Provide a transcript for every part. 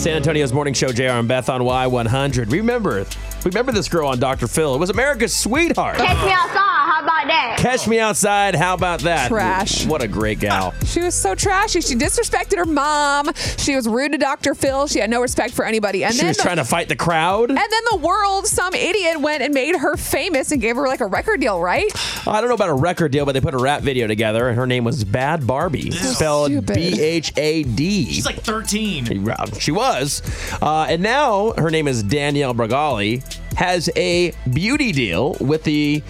San Antonio's morning show, JR and Beth on Y100. Remember, remember this girl on Dr. Phil. It was America's sweetheart. Catch me outside. How about that? Catch me outside. How about that? Trash. What a great gal. She was so trashy. She disrespected her mom. She was rude to Dr. Phil. She had no respect for anybody. And She then was the- trying to fight the crowd. and then the world, some idiot went and made her famous and gave her like a record deal, right? I don't know about a record deal, but they put a rap video together, and her name was Bad Barbie, spelled stupid. B H A D. She's like 13. She was, uh, and now her name is Danielle Bragali. Has a beauty deal with the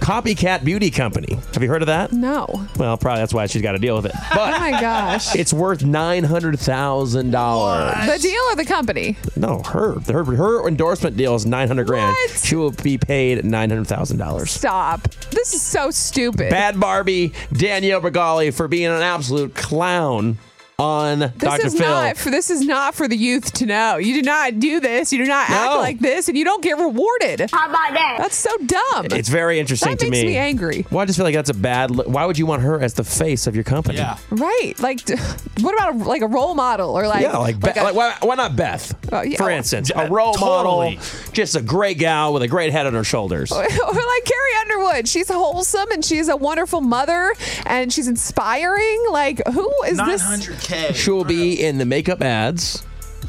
Copycat Beauty Company. Have you heard of that? No. Well, probably that's why she's got to deal with it. Oh But my gosh. it's worth nine hundred thousand dollars. The deal or the company? No, her her her endorsement deal is nine hundred grand. What? She will be paid nine hundred thousand dollars. Stop. This is so stupid. Bad Barbie Danielle Brigali for being an absolute clown on This Dr. is Phil. not for this is not for the youth to know. You do not do this. You do not act No. like this, and you don't get rewarded. How about that? That's so dumb. it's very interesting That to makes me. me angry. Well, I just feel like that's a bad. Li- Why would you want her as the face of your company? Yeah. right. Like, d- what about a, like a role model or like Yeah, like, Be- a- like, why, why not Beth? Oh, yeah. For instance, a role Totally. model, just a great gal with a great head on her shoulders. or like Carrie Underwood. She's wholesome and she's a wonderful mother and she's inspiring. Like, who is this? 900K. She will be in the makeup ads,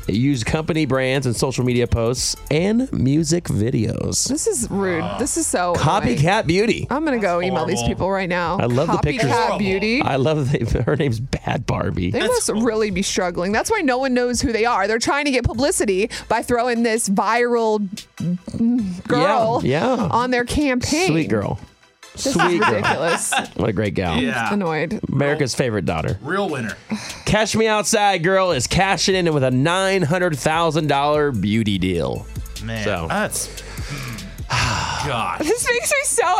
used company brands and social media posts, and music videos. This is Oh, rude. This is so annoying. Copycat beauty. I'm gonna go email these horrible. people right now. I love the Copycat pictures. Beauty. I love that her name's Bad Barbie. They must really be struggling. That's why no one knows who they are. They're trying to get publicity by throwing this viral mm, girl yeah. on their campaign. Sweet girl. This Sweet is girl. ridiculous. What a great gal. Yeah. Annoyed. America's favorite daughter. Real winner. Cash Me Outside Girl is cashing in with a $900,000 beauty deal. Man. So- That's. God. This makes me so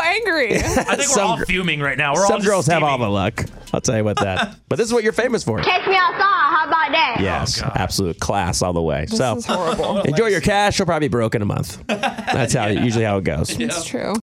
angry. I think we're Some all gr- fuming right now. We're all Some just girls have all the steaming. Oh, luck. I'll tell you what that. but this is what you're famous for. Catch me outside. How about that? Yes, absolute class all the way. this so is horrible. enjoy your cash. You'll probably be broke in a month. That's how usually how it goes. It's true.